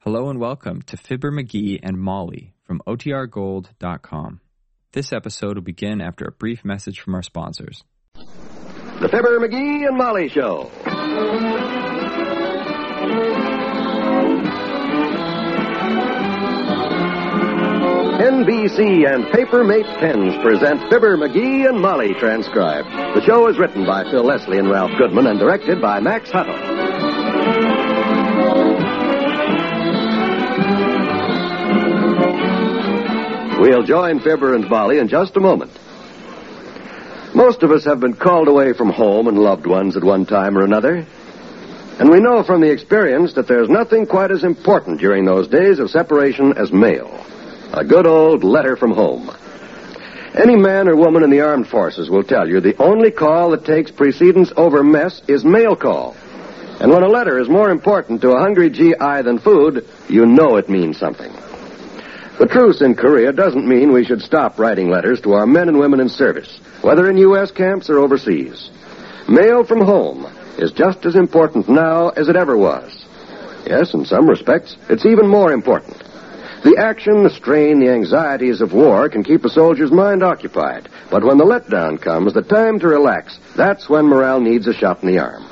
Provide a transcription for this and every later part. Hello and welcome to Fibber McGee and Molly from OTRGold.com. This episode will begin after a brief message from our sponsors. The Fibber McGee and Molly Show. NBC and Paper Mate Pens present Fibber McGee and Molly transcribed. The show is written by Phil Leslie and Ralph Goodman and directed by Max Hutto. We'll join Fibber and Molly in just a moment. Most of us have been called away from home and loved ones at one time or another. And we know from the experience that there's nothing quite as important during those days of separation as mail. A good old letter from home. Any man or woman in the armed forces will tell you the only call that takes precedence over mess is mail call. And when a letter is more important to a hungry GI than food, you know it means something. The truce in Korea doesn't mean we should stop writing letters to our men and women in service, whether in U.S. camps or overseas. Mail from home is just as important now as it ever was. Yes, in some respects, it's even more important. The action, the strain, the anxieties of war can keep a soldier's mind occupied. But when the letdown comes, the time to relax, that's when morale needs a shot in the arm.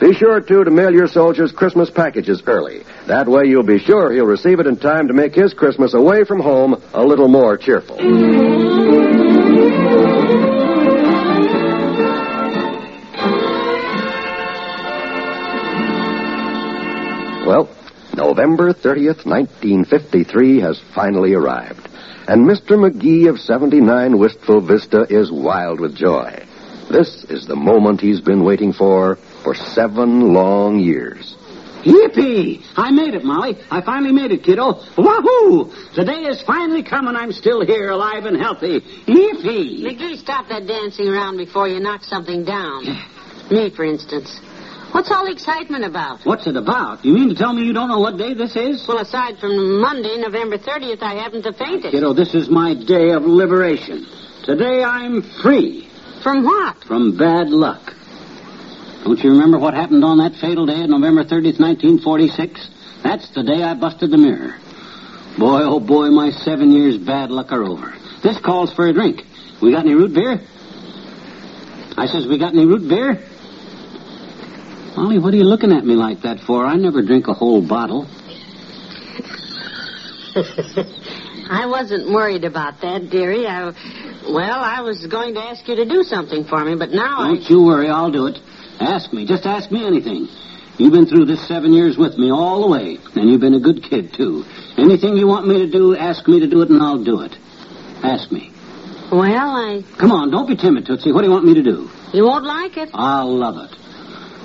Be sure, too, to mail your soldiers Christmas packages early. That way you'll be sure he'll receive it in time to make his Christmas away from home a little more cheerful. Well, November 30th, 1953 has finally arrived. And Mr. McGee of 79 Wistful Vista is wild with joy. This is the moment he's been waiting for for seven long years. Yippee! I made it, Molly. I finally made it, kiddo. Wahoo! The day has finally come and I'm still here, alive and healthy. Yippee! McGee, stop that dancing around before you knock something down. Me, for instance. What's all the excitement about? What's it about? You mean to tell me you don't know what day this is? Well, aside from Monday, November 30th, I haven't the faintest. Kiddo, this is my day of liberation. Today I'm free From what? from bad luck. Don't you remember what happened on that fatal day of November 30th, 1946? That's the day I busted the mirror. Boy, oh boy, my seven years bad luck are over. This calls for a drink. We got any root beer? I says, we got any root beer? Molly, what are you looking at me like that for? I never drink a whole bottle. I wasn't worried about that, dearie. I, well, I was going to ask you to do something for me, but now I. Don't you worry, I'll do it. Ask me, just ask me anything. You've been through this seven years with me all the way, and you've been a good kid, too. Anything you want me to do, ask me to do it, and I'll do it. Ask me. Well, I. Come on, don't be timid, Tootsie. What do you want me to do? You won't like it. I'll love it.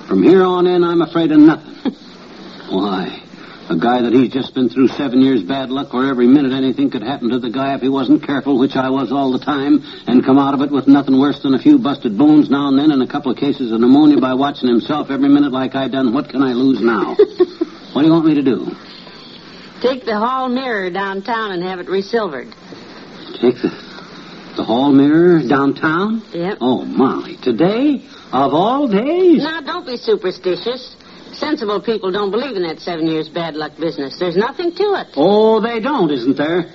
From here on in, I'm afraid of nothing. Why? A guy that he's just been through seven years bad luck where every minute anything could happen to the guy if he wasn't careful, which I was all the time, and come out of it with nothing worse than a few busted bones now and then and a couple of cases of pneumonia by watching himself every minute like I done. What can I lose now? what do you want me to do? Take the hall mirror downtown and have it resilvered. Take the, the hall mirror downtown? Yep. Oh, Molly, today? Of all days? Now, don't be superstitious. Sensible people don't believe in that seven years bad luck business. There's nothing to it. Oh, they don't, isn't there?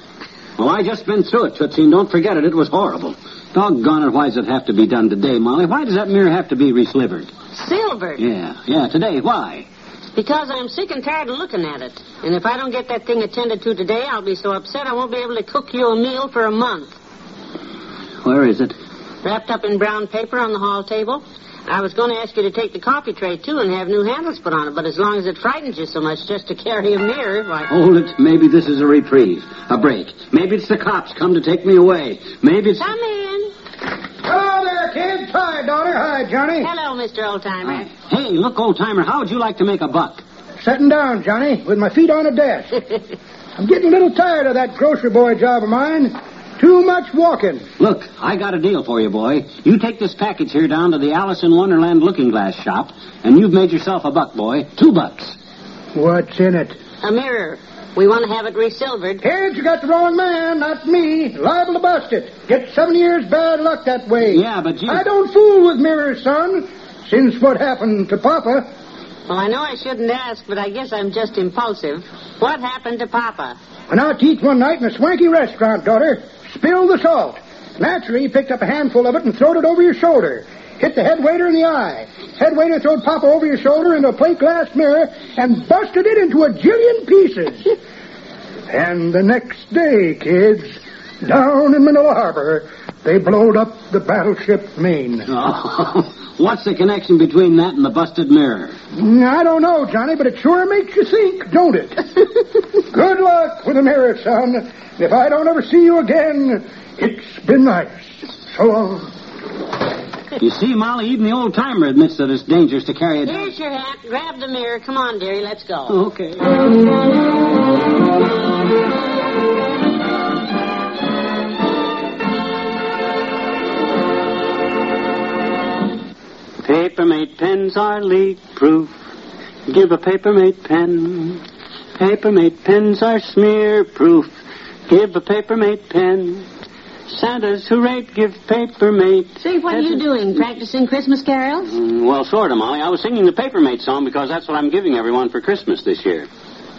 Well, I just been through it, Tootsie, and don't forget it. It was horrible. Doggone it, why does it have to be done today, Molly? Why does that mirror have to be reslivered? Silvered. Yeah, yeah, today. Why? Because I'm sick and tired of looking at it. And if I don't get that thing attended to today, I'll be so upset I won't be able to cook you a meal for a month. Where is it? Wrapped up in brown paper on the hall table. I was going to ask you to take the coffee tray, too, and have new handles put on it, but as long as it frightens you so much just to carry a mirror, why. Hold it. Maybe this is a reprieve, a break. Maybe it's the cops come to take me away. Maybe it's. Come in. Hello Oh, there, kids. Hi, daughter. Hi, Johnny. Hello, Mr. Oldtimer. Hey, look, old timer, how would you like to make a buck? Sitting down, Johnny, with my feet on a desk. I'm getting a little tired of that grocery boy job of mine. Too much walking. Look, I got a deal for you, boy. You take this package here down to the Alice in Wonderland looking glass shop, and you've made yourself a buck, boy. Two bucks. What's in it? a mirror. We want to have it resilvered. Kids, you got the wrong man, not me. Liable to bust it. Get seven years bad luck that way. Yeah, but you. I don't fool with mirrors, son. Since what happened to Papa, Well, I know I shouldn't ask, but I guess I'm just impulsive. What happened to Papa? Went out to eat one night in a swanky restaurant, daughter. Spilled the salt. Naturally, you picked up a handful of it and throwed it over your shoulder. Hit the head waiter in the eye. Head waiter throwed Papa over your shoulder into a plate glass mirror and busted it into a jillion pieces. and the next day, kids, down in Manila Harbor, they blowed up the battleship Maine. Oh, what's the connection between that and the busted mirror? Mm, I don't know, Johnny, but it sure makes you think, don't it? Good luck with the mirror, son. If I don't ever see you again, it's been nice. So long. You see, Molly, even the old timer admits that it's dangerous to carry it. Here's your hat. Grab the mirror. Come on, dearie. Let's go. Okay. Papermate pens are leak proof. Give a papermate pen. Papermate pens are smear proof. Give a papermate pen. Santa's hooray, give papermate. Say, what are you doing? Practicing Christmas carols? Mm, Well, sort of, Molly. I was singing the Papermate song because that's what I'm giving everyone for Christmas this year.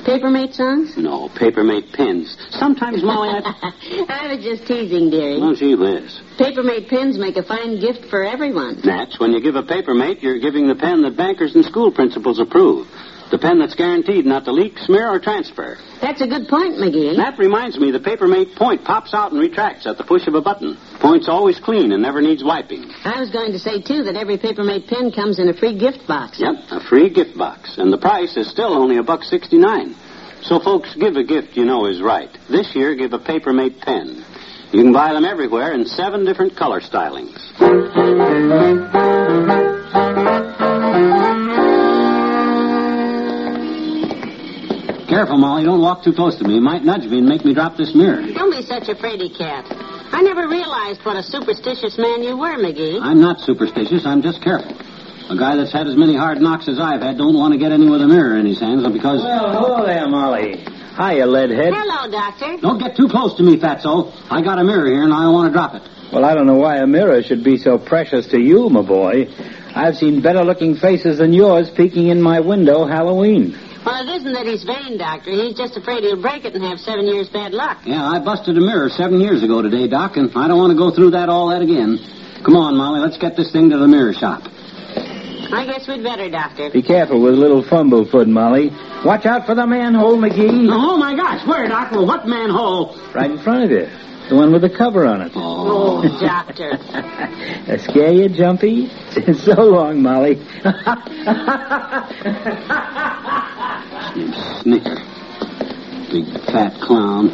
Papermate songs? No, Papermate pens. Sometimes, Molly, I... I was just teasing, dearie. Well, gee whiz. Papermate pens make a fine gift for everyone. That's when you give a Papermate, you're giving the pen that bankers and school principals approve. The pen that's guaranteed not to leak, smear, or transfer. That's a good point, McGee. That reminds me, the Papermate point pops out and retracts at the push of a button. Point's always clean and never needs wiping. I was going to say, too, that every papermate pen comes in a free gift box. Yep, a free gift box, and the price is still only a buck sixty-nine. So, folks, give a gift you know is right. This year, give a Papermate pen. You can buy them everywhere in seven different color stylings. Careful, Molly. Don't walk too close to me. You might nudge me and make me drop this mirror. Don't be such a fraidy cat. I never realized what a superstitious man you were, McGee. I'm not superstitious. I'm just careful. A guy that's had as many hard knocks as I've had don't want to get any with a mirror in his hands because... Well, hello there, Molly. Hiya, Leadhead. Hello, Doctor. Don't get too close to me, Fatso. I got a mirror here and I don't want to drop it. Well, I don't know why a mirror should be so precious to you, my boy. I've seen better looking faces than yours peeking in my window Halloween. Well, it isn't that he's vain, Doctor. He's just afraid he'll break it and have seven years bad luck. Yeah, I busted a mirror seven years ago today, Doc, and I don't want to go through that all that again. Come on, Molly, let's get this thing to the mirror shop. I guess we'd better, Doctor. Be careful with little fumblefoot, Molly. Watch out for the manhole, McGee. Oh, my gosh, where, Doc? Well, what manhole? Right in front of you. The one with the cover on it. Oh, Doctor. Uh, scare you, Jumpy? so long, Molly. Snicker. Big fat clown.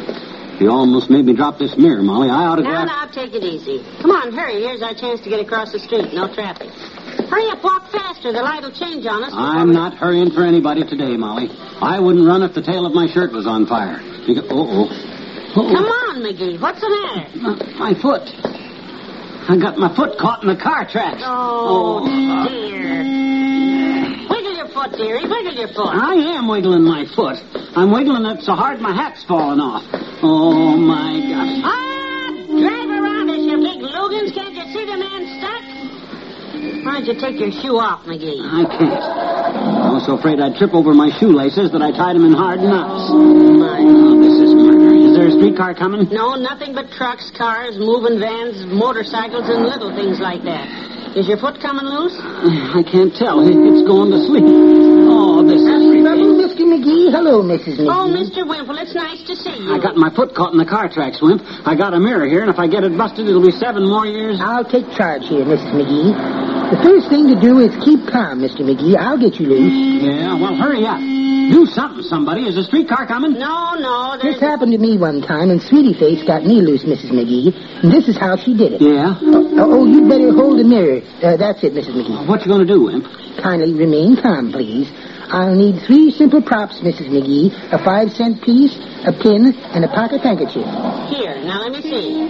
He almost made me drop this mirror, Molly. I ought to Now, grab... now, take it easy. Come on, hurry. Here's our chance to get across the street. No traffic. Hurry up, walk faster. The light'll change on us. I'm not hurrying for anybody today, Molly. I wouldn't run if the tail of my shirt was on fire. Because... Uh-oh. Uh-oh. Come on, McGee. What's the matter? My, my foot. I got my foot caught in the car tracks. Oh, Oh. dear. Wiggle your foot, dearie. Wiggle your foot. I am wiggling my foot. I'm wiggling it so hard my hat's falling off. Oh, my gosh. Ah, drive around us, you big Lugans. Can't you see the man stuck? Why'd you take your shoe off, McGee? I can't. I was so afraid I'd trip over my shoelaces that I tied them in hard knots. My. Oh, this is murder. Is there a streetcar coming? No, nothing but trucks, cars, moving vans, motorcycles, and little things like that. Is your foot coming loose? I can't tell. It- It's going to sleep. Oh, this is... Hello, Mr. McGee. Hello, Mrs. McGee. Oh, Mr. Wimple, it's nice to see you. I got my foot caught in the car tracks, Wimp. I got a mirror here, and if I get it busted, it'll be seven more years. I'll take charge here, Mrs. McGee. The first thing to do is keep calm, Mr. McGee. I'll get you loose. Yeah, well, hurry up. Do something, somebody. Is the streetcar coming? No, no, there's... This happened to me one time, and Sweetie Face got me loose, Mrs. McGee. And this is how she did it. Yeah. Oh, you'd better hold the mirror. Uh, that's it, Mrs. McGee. What you gonna do, Wimp? Kindly remain calm, please. I'll need three simple props, Mrs. McGee. A five-cent piece, a pin, and a pocket handkerchief. Here, now let me see.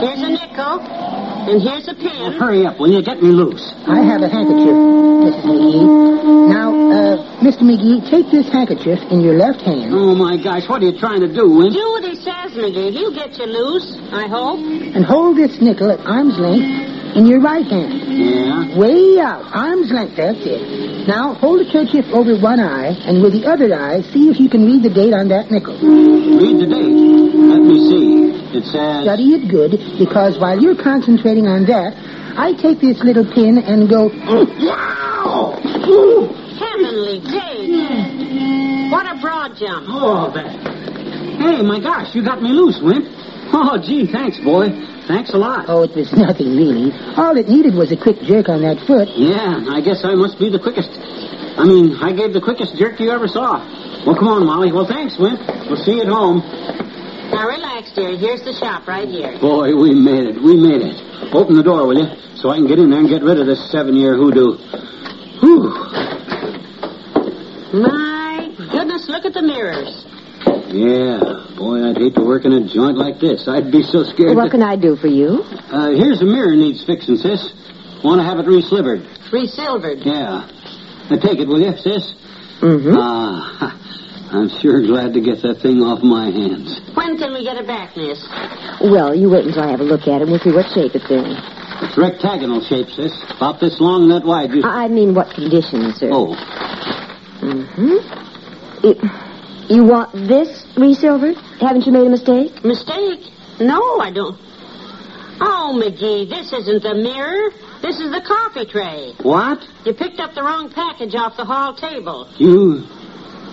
Here's a nickel, and here's a Well, pin. hurry up, will you? Get me loose. I have a handkerchief, Mrs. McGee. Now, uh, Mr. McGee, take this handkerchief in your left hand Oh my gosh, what are you trying to do, Wimp? Do what he says, McGee. He'll get you loose, I hope. and hold this nickel at arm's length in your right hand. Yeah? Way out, arms length, that's it. Now, hold the kerchief over one eye, and with the other eye, see if you can read the date on that nickel. Read the date. Let me see. It says. Study it good, because while you're concentrating on that, I take this little pin and go, Heavenly day. What a broad jump. Oh, that. Hey, my gosh, you got me loose, Wimp. Oh, gee, thanks, boy. Thanks a lot. Oh, it was nothing really. All it needed was a quick jerk on that foot. Yeah, I guess I must be the quickest. I mean, I gave the quickest jerk you ever saw. Well, come on, Molly. Well, thanks, Wimp. We'll see you at home. Now relax, dearie. Here's the shop right here. Boy, we made it. We made it. Open the door, will you? So I can get in there and get rid of this seven-year hoodoo. Whew. My goodness, look at the mirrors. Yeah, boy, I'd hate to work in a joint like this. I'd be so scared. What that- can I do for you? Uh, here's a mirror needs fixing, sis. Want to have it re-slivered. Resilvered. Yeah. Now take it, will you, sis? Mm-hmm. Ah, I'm sure glad to get that thing off my hands. When can we get it back, miss? Well, you wait until I have a look at it. and We'll see what shape it's in. It's rectagonal shape, sis. About this long and that wide. You... I I mean, what condition, sir? Oh, Mm-hmm. It, you want this resilvered? Haven't you made a mistake? Mistake? No, I don't. Oh, McGee, this isn't the mirror. This is the coffee tray. what? You picked up the wrong package off the hall table. You,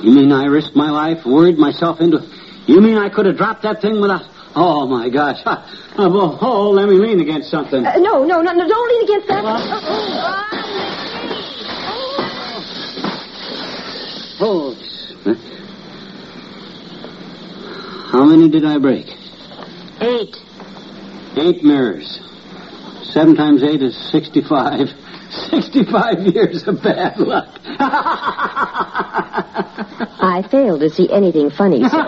you mean I risked my life, worried myself into... You mean I could have dropped that thing without... Oh, my gosh. Oh, oh, oh, let me lean against something. Uh, no, no, no, no, don't lean against that. Folks. How many did I break? Eight. Eight mirrors. Seven times eight is 65. 65 years of bad luck. I fail to see anything funny, sir.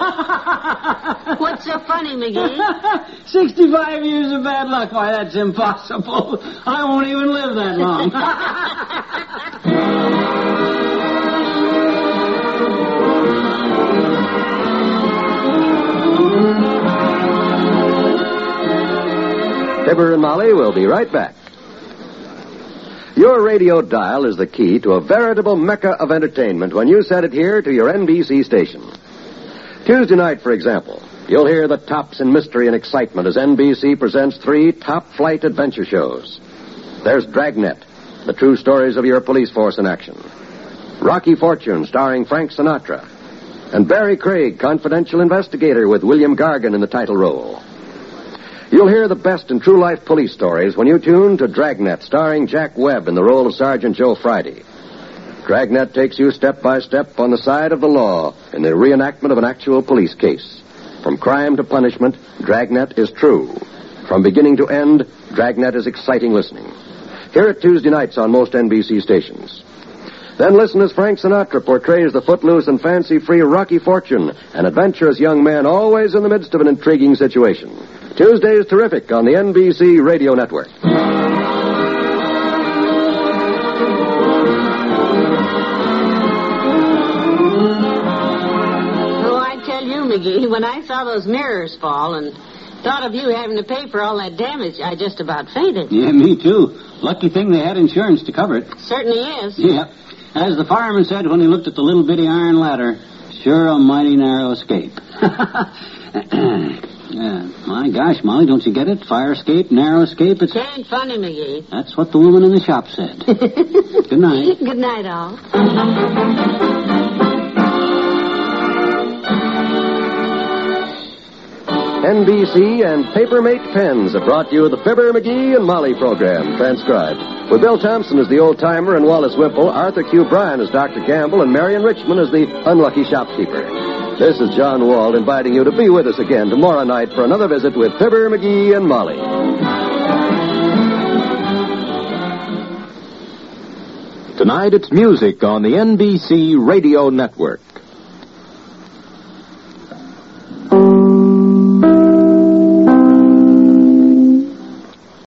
What's so funny, McGee? 65 years of bad luck. Why, that's impossible. I won't even live that long. Fibber and Molly will be right back. Your radio dial is the key to a veritable mecca of entertainment when you set it here to your NBC station. Tuesday night, for example, you'll hear the tops in mystery and excitement as NBC presents three top flight adventure shows. There's Dragnet, the true stories of your police force in action. Rocky Fortune, starring Frank Sinatra. And Barry Craig, confidential investigator with William Gargan in the title role. You'll hear the best in true life police stories when you tune to Dragnet, starring Jack Webb in the role of Sergeant Joe Friday. Dragnet takes you step by step on the side of the law in the reenactment of an actual police case. From crime to punishment, Dragnet is true. From beginning to end, Dragnet is exciting listening. Hear it Tuesday nights on most NBC stations. Then listen as Frank Sinatra portrays the footloose and fancy free Rocky Fortune, an adventurous young man always in the midst of an intriguing situation. Tuesday's Terrific on the NBC Radio Network. Oh, I tell you, McGee, when I saw those mirrors fall and thought of you having to pay for all that damage, I just about fainted. yeah, me too. Lucky thing they had insurance to cover it. Certainly is. Yeah. As the fireman said when he looked at the little bitty iron ladder, sure a mighty narrow escape. Yeah, my gosh, Molly, don't you get it? Fire escape, narrow escape. It's It ain't funny, McGee. that's what the woman in the shop said. Good night. Good night, all. NBC and Papermate Pens have brought you the Fibber, McGee, and Molly program, transcribed. With Bill Thompson as the old timer and Wallace Wimple, Arthur Q. Bryan as Dr. Gamble, and Marion Richmond as the unlucky shopkeeper. This is John Wald inviting you to be with us again tomorrow night for another visit with Fibber, McGee, and Molly. Tonight it's music on the NBC Radio Network.